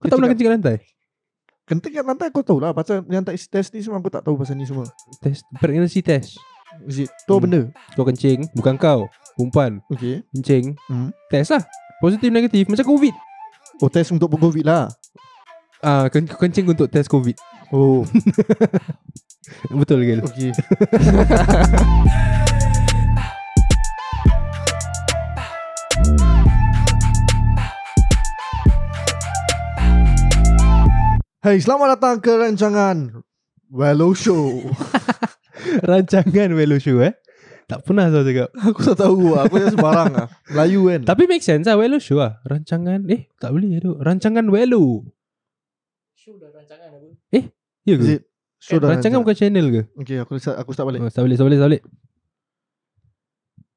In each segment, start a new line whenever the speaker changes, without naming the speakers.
Kau tak pernah kerja kat lantai?
Genting kat lantai kau tahu lah Pasal yang tak isi test ni semua Aku tak tahu pasal ni semua
Test pregnancy test.
Is it Tu
Hmm.
benda
Kau kencing, bukan kau. Umpan,
Okay
kencing,
hmm.
test lah. Positif negatif macam COVID.
Oh test untuk covid lah
Ah, ken- kau kencing untuk test COVID.
Oh
Hmm. Betul gel.
Okay Hai selamat datang ke rancangan Wello Show
Rancangan Welo Show eh. Tak pernah saya cakap.
Aku tak tahu lah Aku yang sembarang lah Melayu kan
Tapi make sense lah Welo Show lah. Rancangan eh tak boleh tu. Rancangan Welo.
Show dah rancangan apa?
Ya
Is
ke?
it Show dah
rancangan
rancang.
bukan channel ke?
Okay aku, start- aku start balik
Oh, tak boleh, tak boleh, tak boleh.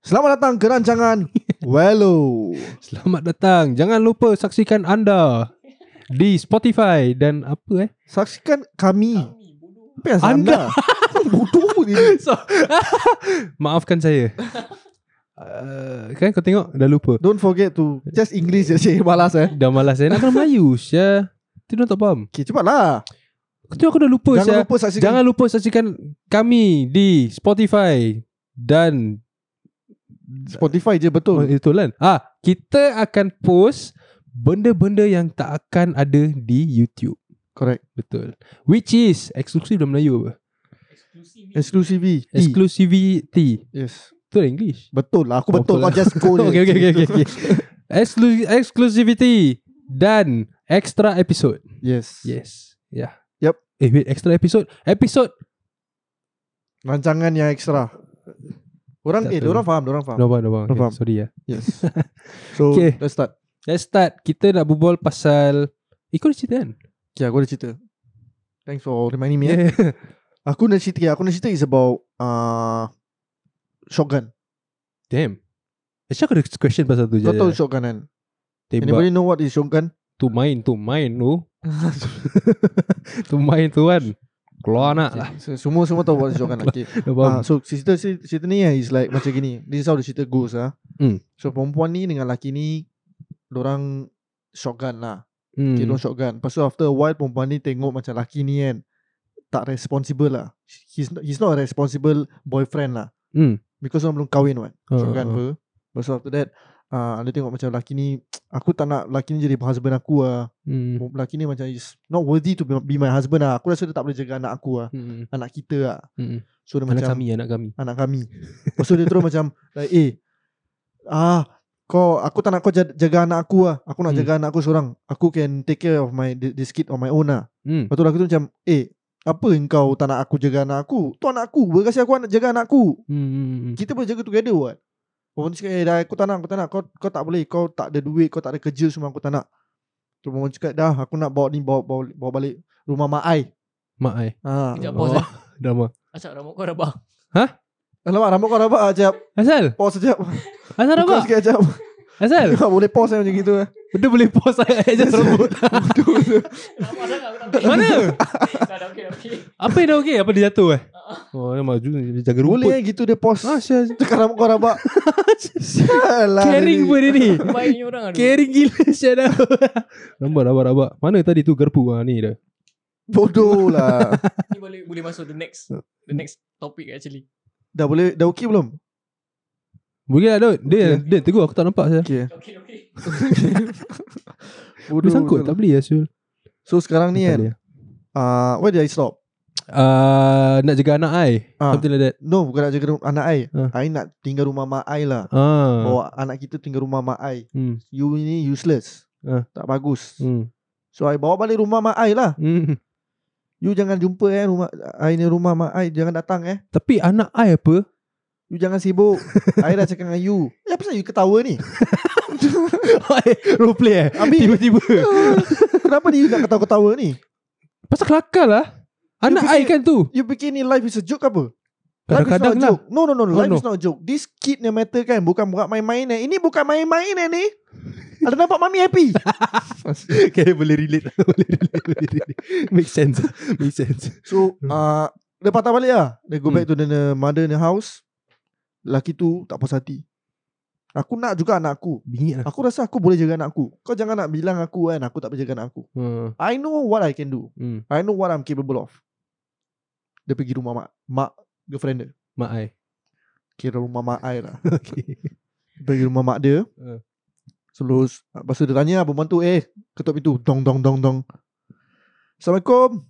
Selamat datang ke rancangan Wello.
Selamat datang. Jangan lupa saksikan anda di Spotify dan apa eh?
Saksikan kami.
Kami bodoh.
Apa yang anda? Bodoh pun ini.
So, maafkan saya. Uh, kan kau tengok dah lupa.
Don't forget to just English je sih balas eh.
Dah malas saya nak kena Melayu. Saya tu tak faham.
Okay, cepatlah.
Kau tengok aku dah lupa
Jangan
Syah.
lupa saksikan.
Oh, Jangan lupa saksikan kami di Spotify dan
Spotify je
oh,
betul.
itu kan. Ah, kita akan post benda-benda yang tak akan ada di YouTube.
Correct.
Betul. Which is eksklusif dalam Melayu apa?
Eksklusif.
Exclusivity.
Exclusivity.
yes.
Itu dalam English.
Betul lah. Aku
Oh,
betul.
betul
Kau just go je.
okay, okay, okay, okay, okay. Exclu- exclusivity dan extra episode.
Yes.
Yes. Yeah.
Yup.
Eh wait, extra episode. Episode.
Rancangan yang ekstra. Orang
Tak
eh,
tahu.
orang faham, orang faham.
No, no, no,
No
okay,
faham.
Sorry ya.
Yes. So,
Okay.
let's start.
Let's start. Kita nak berbual pasal Eh kau dah cerita kan?
Okay, aku ada cerita. Thanks for reminding me. eh.
Yeah.
Aku nak cerita, aku nak cerita is about uh, shotgun.
Damn. Actually aku ada question pasal tu je.
Kau tahu shotgun kan?
Tembak
Anybody know what is shotgun?
tu main tu main tu. tu main tu kan. Keluar anak lah.
Se- Semua semua tahu what is shotgun. Okay.
Faham?
Ah, so cerita cerita ni eh, is like macam gini. This is how the cerita goes ah.
Hmm.
So perempuan ni dengan laki ni orang shotgun lah.
Hmm.
Okay, dorang shotgun. Lepas tu after a while perempuan ni tengok macam laki ni kan tak responsible lah. He's not, he's not a responsible boyfriend lah.
Hmm.
Because orang belum kahwin kan.
Ah,
Shotgun
ah,
apa. Lepas tu after that ah dia tengok macam laki ni aku tak nak laki ni jadi husband aku lah.
Hmm.
Lelaki ni macam is not worthy to be, be my husband lah. Aku rasa dia tak boleh jaga anak aku lah.
Hmm.
Anak kita lah.
Hmm.
So dia
Anak
macam
kami anak kami.
anak kami. Lepas tu dia terus macam like, eh ah kau aku tak nak kau jaga, jaga anak aku lah. Aku nak
Hmm.
jaga anak aku seorang. Aku can take care of my thi- this kid on my own lah.
Hmm.
Lepas tu lelaki tu macam eh apa engkau tak nak aku jaga anak aku? Tu anak aku. Berkasih aku nak jaga anak aku.
Hmm.
Kita boleh jaga together what? Perempuan tu cakap eh dah aku tak nak aku tak nak kau kau tak boleh kau tak ada duit kau tak ada kerja semua aku tak nak. Tu perempuan cakap dah aku nak bawa ni bawa bawa, bawa balik rumah mak ai.
Mak ai.
Ha.
Kejap
Oh.
pause eh.
Drama.
Acak rambut kau dah bang.
Alamak rambut kau rabak ajap.
Asal?
Pause sekejap.
Asal
Pukul
apa?
sikit ajap.
Asal?
Tak boleh pause eh, macam gitu eh.
Benda boleh pause aja rambut.
Rabak dah aku nak pergi.
Mana?
Dah dah okey dah okey.
Apa yang dah okey? Apa dia jatuh eh? Oh, dia maju dia jaga
Boleh
rumput.
eh gitu dia pause
Ah, Syah.
Tekan rambut kau rabak Sialah
Caring pun dia ni.
Baik ni orang aduh.
Caring gila Syah dah Rabak rabak rabak Mana tadi tu garpu ha, Ni dah
Bodoh lah
Ni boleh boleh masuk the next the next topic actually.
Dah boleh Dah okey belum?
Boleh lah Daud Dia,
Okay.
dia tegur aku tak nampak Syah
Okey
Dah Okey dah okey.
Bodoh
Dia sangkut tak
betul.
beli lah Syul
So sekarang ni
ya.
kan uh, Where did I stop?
uh, Nak jaga anak I
Ah.
Something like that
No bukan nak jaga rum- anak I
Ah.
I nak tinggal rumah mak I lah
ah.
Bawa anak kita tinggal rumah mak I
Hmm.
You ni useless
Ah.
Tak bagus
Hmm.
So I bawa balik rumah mak I lah
Hmm.
You jangan jumpa eh rumah I ni rumah mak I Jangan datang eh
Tapi anak I apa
You jangan sibuk I dah cakap dengan you Eh apa pasal you ketawa ni?
Role play eh
Ambil
Tiba-tiba
Kenapa ni you nak ketawa-ketawa ni?
Pasal kelakar lah Anak
fikir-
I kan tu
You fikir ni life is a joke apa? Life
Kadang-kadang
is not a
lah
joke. No, no, no. no.
Oh,
Life
no.
is not a joke. This kid ni matter kan. Bukan buat main-main eh. Ini bukan main-main eh ni. Ada nampak mami happy.
Kayaknya boleh relate Boleh relate, boleh relate. Make sense Make sense
so, uh, dia patah balik lah. Dia go back to the, the mother in the house. Laki tu tak puas hati. Aku nak juga anak aku.
Bingit lah
Aku rasa aku boleh jaga anak aku. Kau jangan nak bilang aku kan aku tak boleh jaga anak aku.
hmm.
I know what I can do.
Hmm.
I know what I'm capable of. Dia pergi rumah mak mak girlfriend dia.
Mak I
Kira rumah mak I lah.
Okay
pergi rumah mak dia.
Ah.
Selalu Lepas tu dia tanya perempuan tu Eh ketuk pintu Dong dong dong dong Assalamualaikum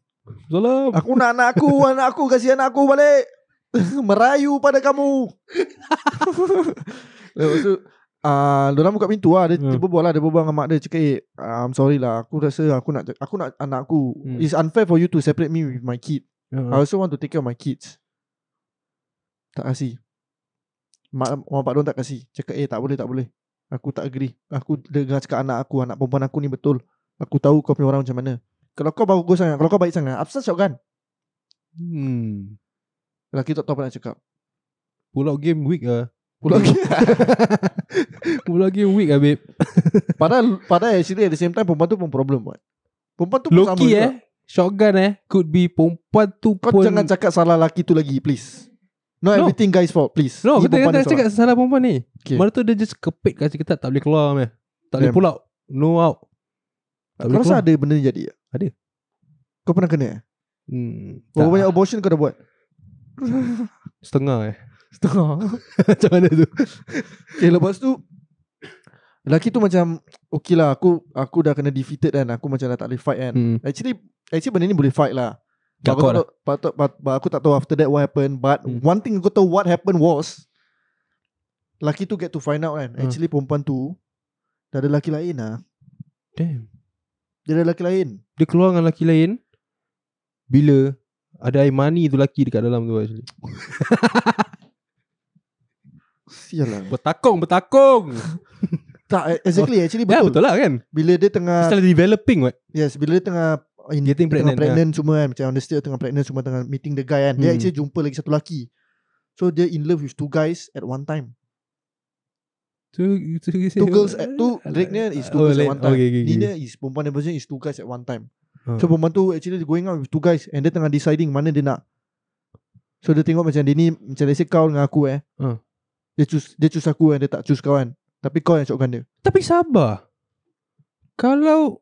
Salam
Aku nak anak aku Anak aku kasih anak aku balik Merayu pada kamu Lepas tu Ah, uh, orang buka pintu lah dia,
Hmm.
dia berbual lah Dia berbual dengan mak dia Cakap eh ah, I'm sorry lah Aku rasa aku nak Aku nak anak aku
Hmm.
It's unfair for you to separate me with my kid I
uh,
also want to take care of my kids. Tak kasih. Mak orang pak tak kasih. Cakap eh tak boleh tak boleh. Aku tak agree. Aku dengar cakap anak aku, anak perempuan aku ni betul. Aku tahu kau punya orang macam mana. Kalau kau bagus sangat, kalau kau baik sangat, kan? apa shotgun?
hmm.
Lelaki tak tahu apa nak cakap.
Pulau game week ah.
Pulang
Pulau game week ah babe
padahal padahal actually at the same time perempuan tu pun problem buat. Perempuan tu pun sama
Loki
juga.
eh Shotgun eh Could be perempuan tu
Kau
pun
jangan cakap salah lelaki tu lagi please. Not
No.
everything guys fault please.
No
Ni
kita
perempuan
kata
ni salah.
cakap salah perempuan ni
Okay.
Mana tu dia just kepit kat kita Tak boleh keluar meh. Tak boleh
Damn.
pull out No out Tak
Kau
boleh
rasa
keluar
ada benda ni jadi? tak?
Ada.
Kau pernah kena? eh?
hmm,
Berapa banyak
tak.
abortion kau dah buat?
Setengah eh
Setengah
Macam mana tu
Okay lepas tu Lelaki tu macam Okay lah aku Aku dah kena defeated kan Aku macam dah tak boleh fight kan
hmm.
Actually Actually benda ni boleh fight lah
Dah
Aku
kuat
tak tahu, patut, pat, but aku tak tahu after that what happened But
Hmm.
one thing aku tahu what happened was Lelaki tu get to find out kan
Hmm.
Actually perempuan tu Dah ada lelaki lain lah
Damn
Dia ada lelaki lain
Dia keluar dengan lelaki lain Bila Ada Aimani tu lelaki dekat dalam tu actually
Sial lah
Bertakung Bertakung
Tak exactly actually
Ya
betul
betul lah kan
Bila dia tengah
Still developing what
Yes bila dia tengah in,
Getting
tengah
pregnant,
pregnant semua kan Macam understand tengah pregnant semua Tengah meeting the guy kan Dia
Hmm.
actually jumpa lagi satu lelaki So dia in love with two guys At one time
Two, two,
Two girls at two Drake-nya is two
Oh,
girls at
lain.
one time
Okay, okay, okay.
Nina is Perempuan dia version is two guys at one time
Ah.
So perempuan tu actually going out with two guys And dia tengah deciding Mana dia nak So dia tengok macam dia ni Macam dia say kau dengan aku eh
Ah.
Dia choose Dia choose aku kan Dia tak choose kau kan Tapi kau yang shotgun dia
Tapi sabar Kalau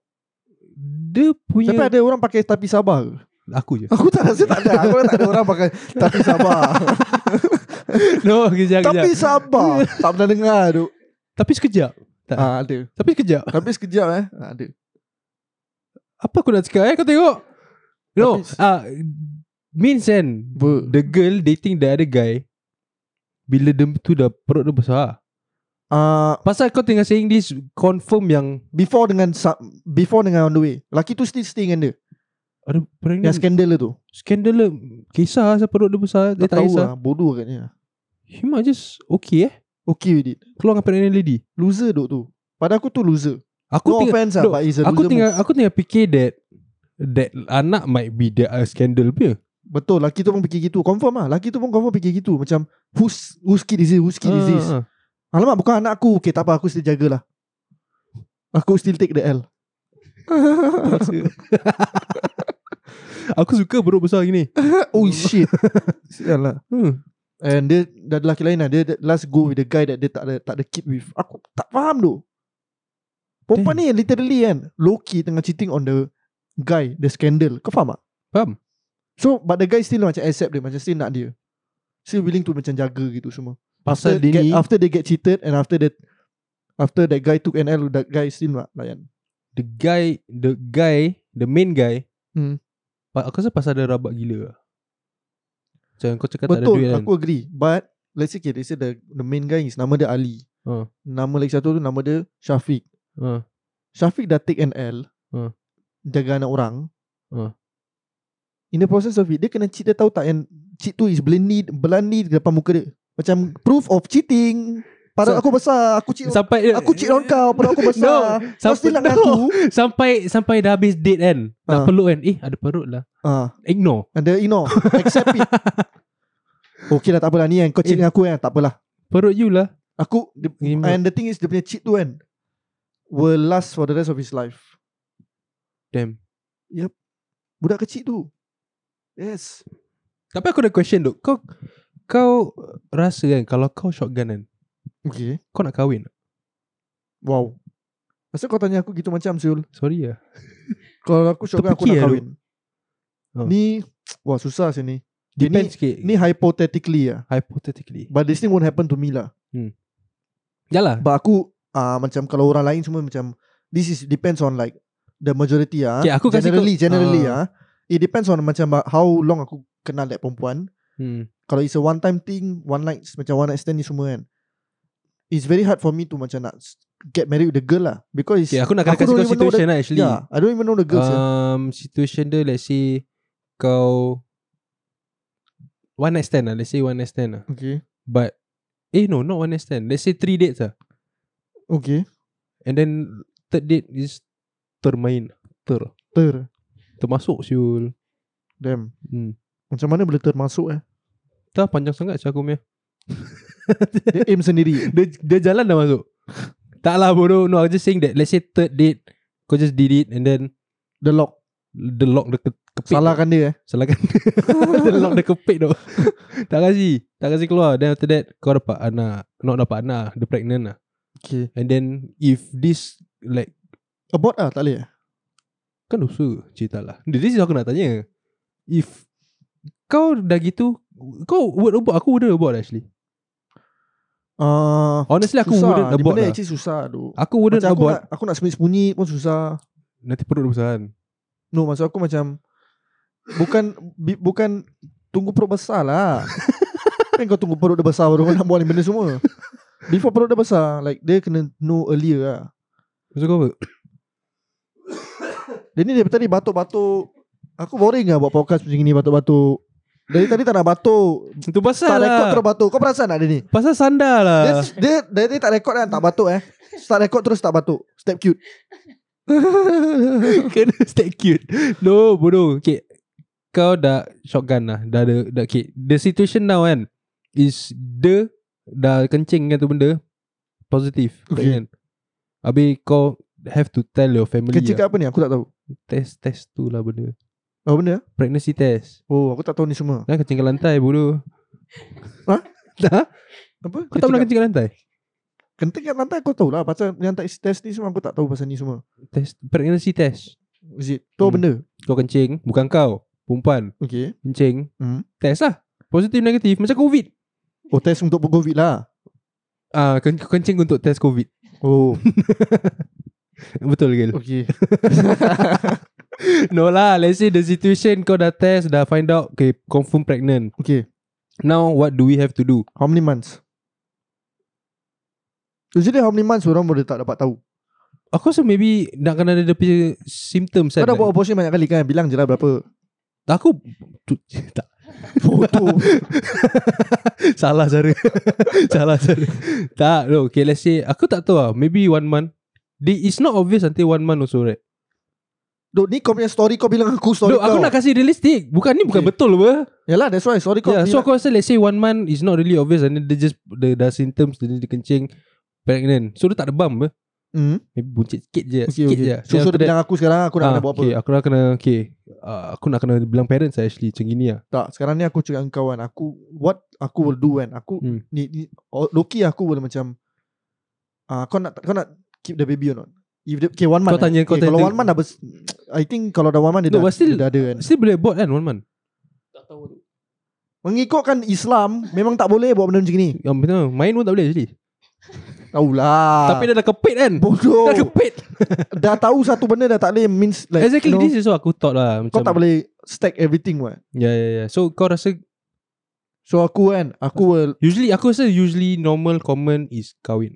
Dia punya
Sampai ada orang pakai Tapi sabar ke?
Aku je
Aku tak rasa tak ada Aku rasa tak ada orang pakai Tapi sabar
No kejap kejap
Tapi sabar Tak pernah dengar tu
Tapi sekejap Tak.
ah, Ada
Tapi sekejap
Tapi sekejap eh ah, Ada
Apa aku nak cakap eh Kau tengok No
Tapi-
ah, Means kan
Ber.
The girl dating the other guy Bila dia tu dah Perut dia besar
Ah,
Pasal kau tengah saying this Confirm yang
Before dengan sa- Before dengan on the way Lelaki tu still stay dengan dia
Ada
Yang
pregnant
skandal dia tu
Skandal dia Kisah asal perut dia besar Dia
Tak
tak
tahu
kisah
lah Bodoh katnya
He might just Okay eh
Okay with it
Keluar dengan pregnant lady
Loser duk tu Pada aku tu loser
Aku
No
tengah
offense lah
duk,
But it's a
Aku
loser
tengah
move.
Aku tengah fikir that That anak might be The uh, scandal punya
Betul lelaki tu pun fikir gitu Confirm lah Lelaki tu pun confirm fikir gitu Macam Who's, who's kid is this Who's kid is this
Ah, ah.
Alamak bukan anak aku Okay tak apa aku still jagalah Aku still take the L
Aku suka perut besar gini
Oh shit Sial lah
hmm.
And dia Dah ada lelaki lain lah Dia dia last go with the guy That dia tak ada, tak ada kid with Aku tak faham tu Perempuan ni literally kan Loki tengah cheating on the Guy The scandal Kau faham tak?
Faham
So but the guy still macam accept dia Macam still nak dia Still willing to macam jaga gitu semua
Pasal dia
get,
ni
After they get cheated And after that After that guy took an L That guy still nak layan
The guy The guy The main guy
Hmm.
pa- Aku rasa pasal dia rabak gila lah. Macam kau cakap tak ada
Betul
duit kan
aku agree But Let's say okay, Let's say the, the main guy is Nama dia Ali
Ah.
Nama lagi satu tu Nama dia Syafiq
Ah.
Syafiq dah take an L
Ha.
Jaga anak orang
Ha.
In the process of it Dia kena cheat Dia tahu tak yang Cheat tu is belani Belani di depan muka dia Macam proof of cheating Pada
So-
aku besar Aku cheat
Sampai dia-
Aku cheat on kau Pada aku besar no, Kau
sampai,
still nak
no.
aku
sampai sampai dah habis date kan Nak
Ah.
peluk kan Eh ada perut lah
Ah,
Ignore
Ada ignore Accept it Okay lah tak apalah Ni yang kau cheat
Eh.
dengan aku kan Tak apalah
Perut you lah
Aku dia,
Ignore.
And the thing is Dia punya cheat tu kan Will last for the rest of his life
Damn
Budak kecil tu Yes
Tapi aku ada question duk Kau Kau rasa kan Kalau kau shotgun kan
Okay
Kau nak kahwin tak?
Wow Masa kau tanya aku gitu macam Syul
Sorry lah
Kalau aku syok aku
Terfikir
nak
lah,
kahwin
Oh. Eh.
Ni Wah susah sih ni Dia
Depends sikit
Ni hypothetically lah
Hypothetically
But this thing won't happen to me lah
Yalah
But aku uh, Macam kalau orang lain semua macam This is depends on like The majority ah.
Okay, aku kasi
generally,
kau-
Generally
Ah.
ah. It depends on macam ba- How long aku kenal that perempuan
hmm.
Kalau it's a one time thing One night Macam one night stand ni semua kan It's very hard for me to macam nak s- Get married with the girl lah Because
Okay aku nak kena
Aku
kasih
don't
kau
even know
situation lah actually
Yeah I don't even know the girl uh,
um, Situation dia let's say Kau One night stand lah Let's say one night stand lah
Okay
But Eh no not one night stand Let's say three dates lah
Okay
And then Third date is Termain Ter
Ter
Termasuk siul
Damn
hmm.
Macam mana boleh termasuk eh
Tak panjang sangat Syah aku punya
Dia aim sendiri
dia, dia jalan dah masuk Tak lah bodoh No I'm just saying that Let's say third date Kau just did it And then
The lock
The lock dia ke, kepit
Salahkan dia eh
Salahkan The lock dia kepit tu Tak kasi Tak kasi keluar Then after that Kau dapat anak Not dapat anak Dia pregnant lah
Okay
And then If this Like
Abort lah tak boleh eh?
Kan dosa Cerita lah This is aku nak tanya If Kau dah gitu Kau would abort Aku wouldn't abort actually
Ah,
Honestly aku
susah.
wouldn't
Di
abort
mana
lah.
actually susah tu
Aku wouldn't
Macam aku
abort
nak, aku nak sembunyi-sembunyi pun susah
Nanti perut dia besar kan
No maksud aku macam Bukan bi, Bukan Tunggu perut besar lah Kan kau tunggu perut dia besar Baru kau nak buat ni benda semua Before perut dia besar Like dia kena know earlier lah
Maksud kau apa
Dia ni dari tadi batuk-batuk Aku boring lah buat podcast macam ni batuk-batuk Dari tadi tak nak batuk
Itu pasal
Tak
lah
rekod terus batuk Kau perasan tak dia ni?
Pasal sandar lah
Dia, dia dari tadi tak rekod kan tak batuk eh Start rekod terus tak batuk Step cute
Kena stay cute No bodoh Okay Kau dah shotgun lah Dah ada dah, okay. The situation now kan Is The Dah kencing kan tu benda Positif
Okay.
Kan? Habis kau Have to tell your family
Kecil
lah.
kat apa ni? Aku tak tahu
Test Test tu lah benda
Apa benda?
Pregnancy test
Oh aku tak tahu ni semua
Dah kencing ke lantai bodoh
Hah?
Dah?
Apa?
Ha? Kau tak pernah kencing ke lantai?
Kenting kat lantai kau tahu lah Pasal yang tak test ni semua Aku tak tahu pasal ni semua
Test Pregnancy test
Is it? Tu
Hmm.
benda?
Kau kencing Bukan kau Perempuan
Okay
Kencing
Hmm.
Test lah Positif negatif Macam covid
Oh test untuk covid lah
Ah, ken- kencing untuk test COVID.
Oh
Betul gil.
okay
no lah, let's say the situation kau dah test, dah find out, okay, confirm pregnant.
Okay
Now what do we have to do?
How many months? Usually how many months orang boleh tak dapat tahu
Aku rasa maybe nak kena ada dia punya symptoms
Kau
kan.
dah buat abortion banyak kali kan Bilang je lah berapa
Aku tu, tak
Foto
salah cara. salah cara. tak, no, okay, let's say aku tak tahu lah, maybe one month. They, it's not obvious until one month also right
Dok ni kau punya story Kau bilang aku story
Look, Aku
kau
nak kasih realistic Bukan ni bukan
Okay.
betul apa
Yalah that's why Sorry kau
yeah, Ya, so
bilang-
aku rasa let's say one month is not really obvious and then dia just the, the symptoms dia, dia kencing pregnant. So dia tak ada bump apa.
hmm?
Maybe buncit sikit je,
Okay,
sikit
okay.
je. Then
So,
after
so
Ah,
dia bilang aku sekarang Aku nak, nak buat apa
okay, Aku nak kena okay. Uh, aku nak kena bilang parents lah actually macam gini lah.
Tak sekarang ni aku cakap dengan kau kan Aku What aku will do kan Aku
Hmm.
ni, ni, oh, Loki aku boleh macam ah Kau nak Kau nak Keep the baby or not If the, Okay one
Kau
month
tanya,
eh.
kau
okay, Kalau
tanya-
one month dah bes- I think kalau dah one month Dia,
No,
dah,
but still-
dia dah ada kan
Still boleh abort kan one month.
Tak tahu tu
Mengikutkan Islam Memang tak boleh buat benda macam ni
Yang betul main pun tak boleh actually.
Tahulah
Tapi dia dah kepit kan.
Bodoh
Dah kepit.
Dah tahu satu benda Dah tak boleh Means like
exactly
you know,
this is what aku thought lah macam.
Kau tak boleh Stack everything what
Ya ya ya. So kau rasa
So aku kan Aku will
usually aku rasa usually normal common is kahwin.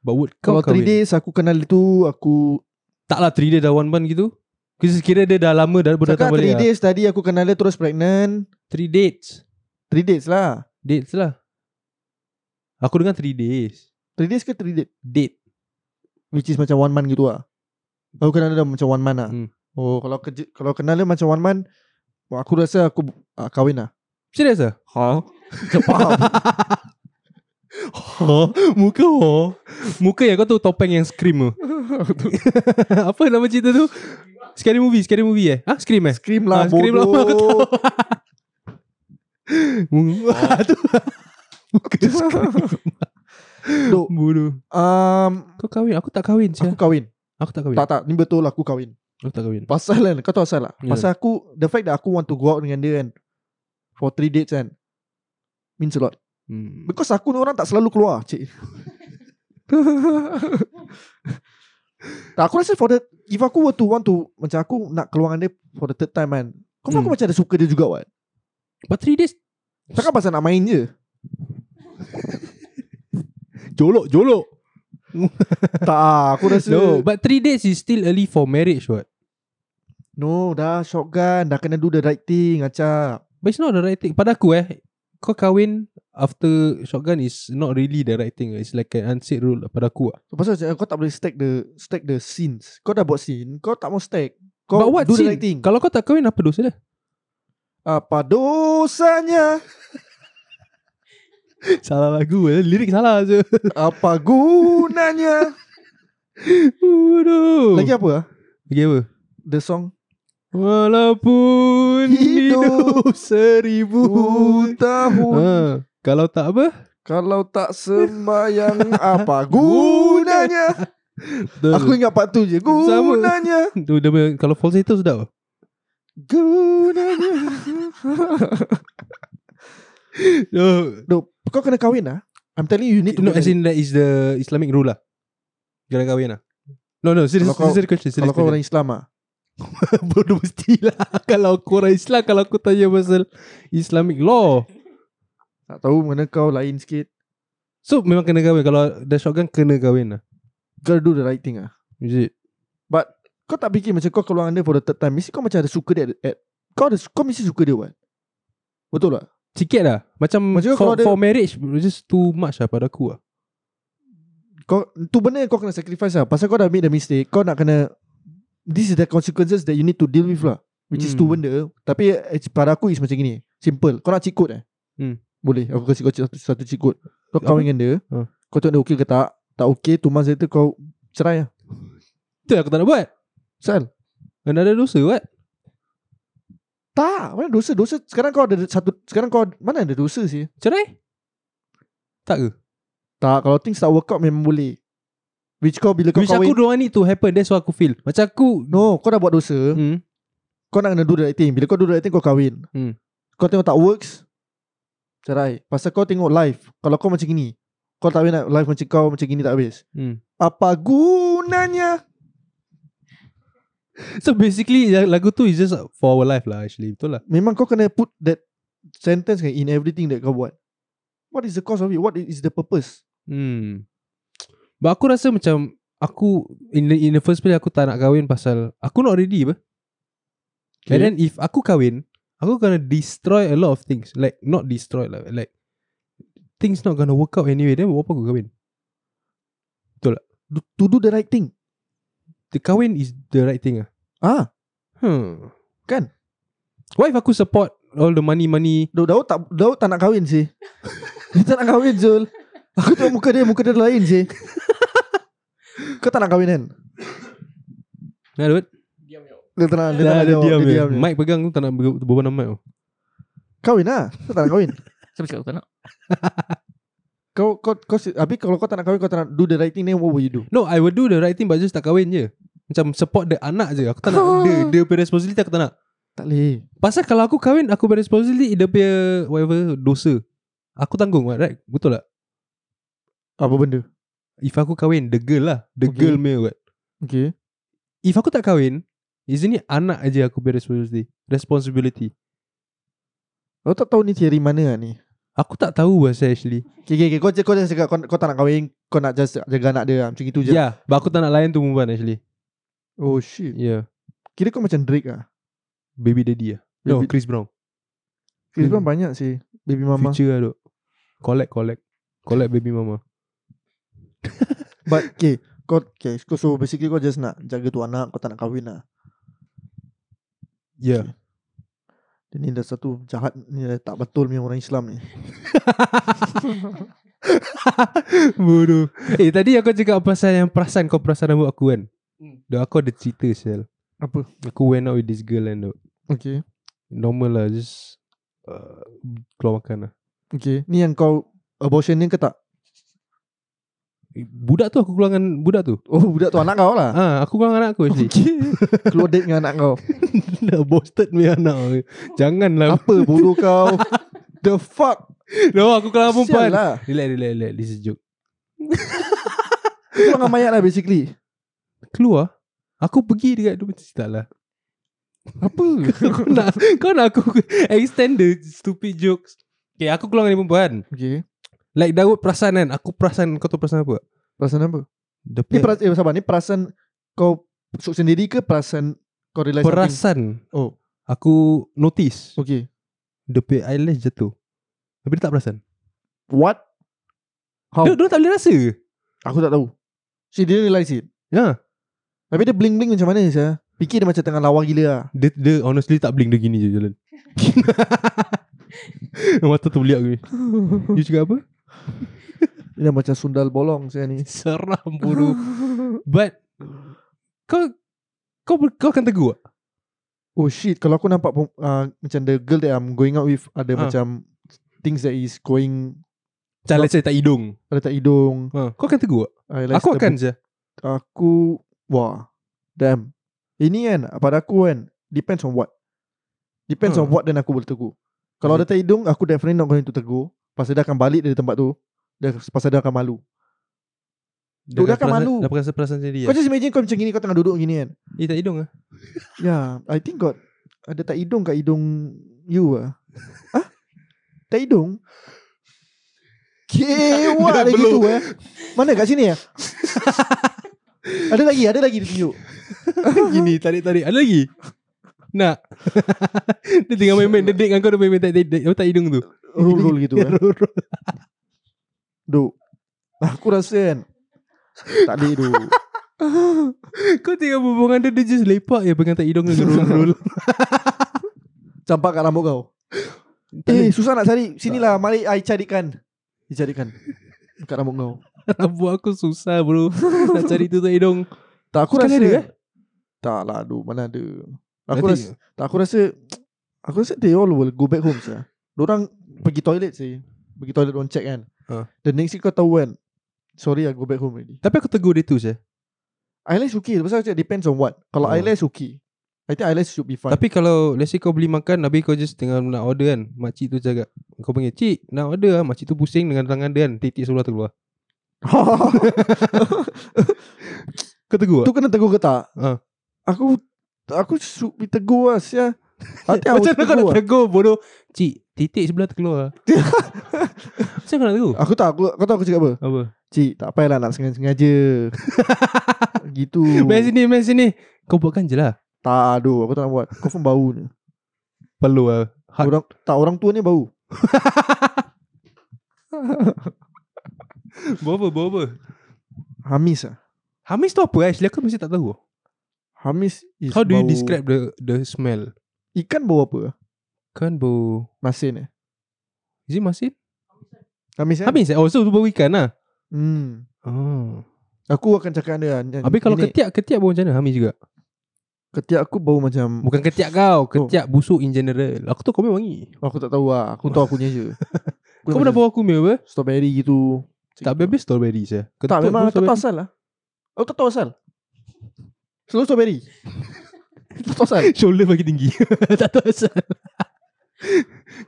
But would kau
Kalau 3
kahwin?
days Aku kenal itu Aku
Tak lah 3 day dah one month gitu. Kira- Kira dia dah lama dah lah. berdatang
Cakap
balik.
3 days tadi Aku kenal dia terus pregnant
3 dates
3 days lah
Dates lah Aku dengar 3 days
3 days ke 3 days
Date
Which is macam one month gitu lah Aku kenal dia macam one month lah
Hmm.
Oh kalau kerja, kalau kenal dia macam one month wah, Aku rasa aku uh, kahwin lah
Serius lah? Ha?
Cepat
Ha? Muka ha? Muka yang kau tahu topeng yang Scream tu Apa nama cerita tu? Scary movie Scary movie eh? Ha? Scream eh?
Scream
Ah,
lah
scream lah, aku
bodoh
Mu- tu Muka Scream
Dok,
Bodoh.
um,
Kau kahwin, aku tak kahwin
aku
sia.
kahwin.
Aku tak kahwin.
Tak tak, ni betul aku kahwin.
Aku tak kahwin.
Pasal kan, kau tahu asal tak?
Ya.
Pasal aku, the fact that aku want to go out dengan dia kan, for three dates kan, means a lot.
Hmm.
Because aku ni orang tak selalu keluar, cik. tak, aku rasa for the, if aku were to want to, macam aku nak keluar dengan dia for the third time kan, kau hmm. aku
Hmm.
macam ada suka dia juga what?
But three days
Takkan pasal nak main je.
Jolok Jolok
tak, aku rasa.
No But three days is still early for marriage what
No, dah shotgun, dah kena do the right thing, acak.
But it's not the right thing Pada aku eh Kau kahwin After shotgun is not really the right thing It's like an unsaid rule lah pada aku lah.
So, pasal macam, kau tak boleh stack the stack the scenes. Kau dah buat scene, kau tak mau stack. Kau
But what
do the
sin?
right thing.
Kalau kau tak kahwin apa dosa dia
Apa dosanya?
Salah lagu eh. Lirik salah je
Apa gunanya?
Bodoh
Lagi apa? ah?
Lagi apa
The song
Walaupun
Hidup
hidup, seribu
tahun
ha, Kalau tak apa
Kalau tak sembahyang Apa gunanya
betul.
Aku ingat part tu je
Sama.
Gunanya
tu, dia punya- Kalau falsetto sedap lah.
Gunanya
No,
Duh, Kau kena kahwin lah I'm telling you, you need to
No,
get
as in that is the Islamic rule lah. Jangan kahwin lah. No, no, serious,
Kalau kau-
serious question. Serious
married. Kalau kau
question.
orang Islam ah,
bodoh mestilah. kalau kau orang Islam, kalau aku tanya pasal Islamic law.
Tak tahu mana kau lain sikit
So, memang kena kahwin. Kalau dah shotgun, kena kahwin lah.
Gotta do the right thing ah.
Is it?
Kau tak fikir macam kau keluar dengan dia for the third time Mesti kau macam ada suka dia at, at, Kau ada kau mesti suka dia what Betul tak?
Sikit lah. Macam
Maksudnya
for,
kalau dia-
for marriage, just too much lah pada aku lah.
Kau tu benda yang kau kena sacrifice lah Pasal kau dah make the mistake Kau nak kena This is the consequences That you need to deal with lah Which is
Hmm.
tu benda Tapi it's, pada aku is macam gini Simple Kau nak cikut eh
Hmm.
Boleh Aku kasih kau satu, satu cikut Kau
Apa?
kahwin dengan dia
Ha.
Kau tengok dia okay ke tak Tak okay Two months later kau Cerai lah
Itu yang aku tak nak buat.
Sal
Another dosa, what?
Tak Mana dosa Dosa sekarang kau ada satu Sekarang kau Mana ada dosa sih
Cerai? Tak ke?
Tak kalau things tak work out Memang boleh Which kau bila kau
Which aku
kahwin
don't want it to happen. That's what aku feel. Macam aku...
No kau dah buat dosa
Hmm.
kau nak kena do the right thing. Bila kau do the right thing kau kahwin.
Hmm.
Kau tengok tak works, cerai. Pasal kau tengok live. Kalau kau macam gini, kau tak boleh nak live macam kau macam gini tak habis.
Hmm.
Apa gunanya?
So basically lagu tu is just for our life lah actually. Betul lah.
Memang kau kena put that sentence kan in everything that kau buat. What is the cause of it? What is the purpose?
Hmm. But aku rasa macam aku in the, in the first place aku tak nak kahwin pasal aku not ready apa. Okay. And then if aku kahwin, aku gonna destroy a lot of things. Like not destroy lah. Like things not gonna work out anyway. Then buat apa aku kahwin?
Do- to do the right thing.
The kahwin is the right thing ah.
Ah,
Hmm.
Kan?
What if aku support all the money money?
Daud, Daud tak Daud tak nak kahwin sih. dia tak nak kahwin Zul. Aku tengok muka dia, muka dia lain sih. kau tak nak kahwin kan?
Nah, dude.
Diam yo.
Dia tak nak, dia tak
Dah,
nak
dia
jawab,
diam,
dia
dia
diam je.
Mike pegang tu tak nak ber- berbual nama mic. tu.
Kahwin lah. Kau tak nak kahwin.
Siapa cakap aku tak nak?
Kau kau kau si- habis kalau kau tak nak kahwin kau tak nak do the right thing then what will you do?
No I will do the right thing But just tak kahwin je Macam support the anak je Aku tak nak Dia, dia punya responsibility aku tak nak
Tak leh.
Pasal kalau aku kahwin Aku punya responsibility Dia punya Whatever Dosa Aku tanggung right Betul tak
Apa benda?
If aku kahwin The girl lah The
Okay.
okay. girl punya what
Okay.
If aku tak kahwin Isn't it anak aja aku punya responsibility Responsibility
Kau tak tahu ni teori mana lah ni.
Aku tak tahu pasal actually
Okay, okay, okay. Kau, je- kau just cakap kau, kau tak nak kahwin Kau nak just jaga anak dia lah. Macam itu je
Yeah Ya, But aku tak nak layan tu perempuan actually
Oh shit
Yeah
Kira kau macam Drake lah
Baby daddy lah No
Baby-
Chris Brown
Kira
Hmm.
hmm. banyak sih Baby mama
Future lah duk Collect collect Collect baby mama
But okay kau, okay, kau- so basically kau just nak jaga tu anak Kau tak nak kahwin lah
Yeah
Dan ni dah satu jahat Ni dah tak betul ni orang Islam ni
Bodoh Eh tadi aku cakap pasal yang perasan Kau perasan rambut aku kan
Hmm.
Dah aku ada cerita sel
Apa?
Aku went out with this girl and
Okay
Normal lah Just uh, Keluar makan lah
Okay Ni yang kau Abortion ni ke tak?
Budak tu aku keluar dengan budak tu
Oh budak tu anak kau lah
Ah, Aku keluar dengan anak aku actually
Keluar date dengan anak kau
Dah boasted punya anak Janganlah
Apa bodoh kau The fuck
No aku keluar dengan perempuan
Sial lah
Relax relax relax This is joke
Keluar dengan mayat lah basically
Keluar Aku pergi dekat dia macam tak lah
Apa
Kau nak Kau nak aku Extend the stupid jokes Okay aku keluar dengan perempuan
Okay
Like Daud perasan kan Aku perasan Kau tahu perasan apa
Perasaan apa
The
Ni
pla-
perasaan eh, Sabar ni perasaan Kau Sok sendiri ke perasaan Kau realise something?
Perasan
Oh.
Aku notice
Okay
The pay eyelash jatuh Tapi dia tak perasan
What How
Dia, dia tak boleh rasa ke?
Aku tak tahu Si dia realise it
Ya
Tapi dia bling-bling macam mana saya Fikir dia macam tengah lawa gila lah
Dia, dia honestly tak blink Dia gini je jalan Mata terbeliak gini You cakap apa?
Dia dah macam sundal bolong saya ni
Seram bodoh But Kau Kau ber- kau akan tegur tak?
Oh shit Kalau aku nampak pem- uh, Macam the girl that I'm going out with Ada
Ah.
macam Things that is going
Macam let's say tak hidung
Ada tak hidung
ha. Kau akan tegur tak?
I realise
Aku
the-
akan je
Aku Wah Damn Ini kan Pada aku kan Depends on what Depends
Hmm.
on what Then aku boleh tegur Kalau ada tak hidung Aku definitely not going to tegur Pasal dia akan balik dari tempat tu dia, Pasal dia akan malu Tu dia akan
perasa-
malu.
Dah perasa perasaan sendiri
Kau
ya?
just imagine kau macam gini Kau tengah duduk gini kan
Eh tak hidung lah
Yeah I think got Ada tak hidung kat hidung You lah Hah? Tak hidung
Dah
Kewak lagi
belum.
tu eh Mana kat sini ya Ada lagi Ada lagi dia tunjuk
Gini tarik-tarik Ada lagi? Nak Dia tinggal main-main Dia date dengan kau Dia main-main tak, tak, tak hidung tu
Roll roll gitu eh
Roll, roll.
Duk Aku rasa kan Tak boleh duk
Kau tinggal berbual dengan dia Dia just lepak je Pegang tak hidung dia Roll-roll
Campak kat rambut kau Eh susah nak cari Sinilah mari I carikan Dicarikan Kat rambut kau
Rambut aku susah bro Nak cari tu tak hidung
Tak aku
Sekarang
rasa
ada, eh?
Tak lah duk Mana ada Aku
Nanti-
rasa tak, Aku rasa Aku rasa they all will go back home sah. Orang pergi toilet sih Pergi toilet orang check kan
Ah.
The next thing kau tahu kan Sorry I go back home already
Tapi aku tegur dia tu je
Eyelash okay Pasal aku cakap depends on what Kalau
Oh.
eyelash okay I think eyelash should be fine
Tapi kalau Let's say kau beli makan Habis kau just tengah nak order kan Makcik tu cakap Kau panggil Cik nak order lah Makcik tu pusing dengan tangan dia kan Titik sebelah tu keluar Kau tegur
Tu kena tegur ke tak?
Ha.
Aku aku should be tegur lah sia. Hati aku
Macam mana kau nak
tegur lah.
tegur bodoh Cik titik sebelah terkeluar Macam kau nak tegur
Aku tak aku kau tahu aku cakap apa?
Apa
Cik, tak payahlah nak sengaja-sengaja. gitu.
Main sini main sini Kau buatkan je lah
Tak aduh, aku tak nak buat. Confirm bau ni.
Perlu lah Hard.
Orang tak orang tua ni bau.
Bawa apa bawa apa
Hamis ah.
Hamis tu apa actually Aku masih tak tahu
Hamis is
How do you
bau-
describe the the smell
Ikan bau apa?
Kan bau
Masin eh.
Is it masin
Hamis eh?
Habis eh? Oh so tu bau ikan lah
Hmm.
Oh.
Aku akan cakap dia.
Habis kalau ketiak Ketiak bau macam mana Hamis juga
ketiak aku bau macam
Bukan ketiak kau Ketiak busuk in general Aku tu kau main wangi
aku tak tahu lah. Aku tahu aku punya je. Aku
Kau
macam
pernah bau aku punya apa
strawberry gitu.
Tak habis-habis strawberry saya
Tak memang aku tak tahu asal lah Aku tak tahu asal Selalu strawberry Tak tahu asal
Shoulder bagi tinggi Tak tahu asal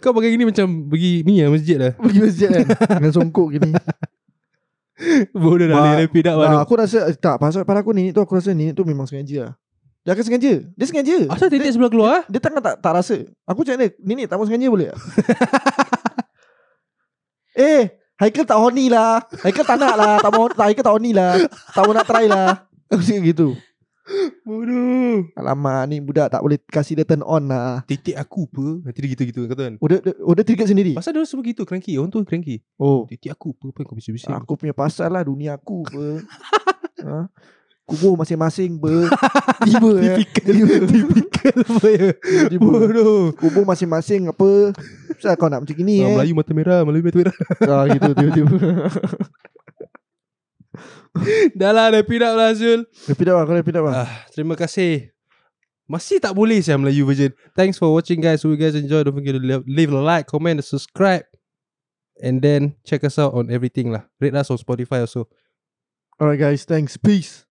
Kau pakai gini macam Pergi ni lah masjid lah
Pergi masjid kan Dengan songkok gini
Bodoh dah
Ba-
Lagi lepi dah
nah,
baru
Aku rasa Tak pasal pada aku nenek tu Aku rasa nenek tu memang sengaja lah Dia akan sengaja Dia sengaja
Asal titik sebelah keluar ah?
Dia tengah tak, tak rasa Aku cakap dia Nenek tak mau sengaja boleh tak? Eh Haikal tak horny lah Haikal tak nak lah tak mau, tak, Haikal tak horny lah Tak mau nak try lah Aku cakap gitu
Bodoh
Alamak ni budak tak boleh Kasih dia turn on lah
Titik aku apa Nanti dia gitu-gitu Kau tahu kan
Oh dia, dia, oh, dia trigger sendiri
Pasal dia semua gitu Cranky Orang tu cranky
Oh
Titik aku apa Apa yang kau bising-bising
Aku punya pasal lah dunia aku ber. ha? Kubur masing-masing ber. Tiba ya.
Tipikal apa ya
Tiba.
Bodoh
Kubur masing-masing apa. Kenapa kau nak macam ni
Orang
eh?
Melayu mata merah Melayu mata merah
Ah, gitu tiba-tiba.
Dah lah Dah pin up lah Zul
Repeat up lah, kau repeat up lah.
ah, Terima kasih Masih tak boleh saya Melayu version Thanks for watching guys Hope you guys enjoy Don't forget to leave, leave a like Comment and subscribe And then Check us out on everything lah Rate us on Spotify also
Alright guys, thanks. Peace.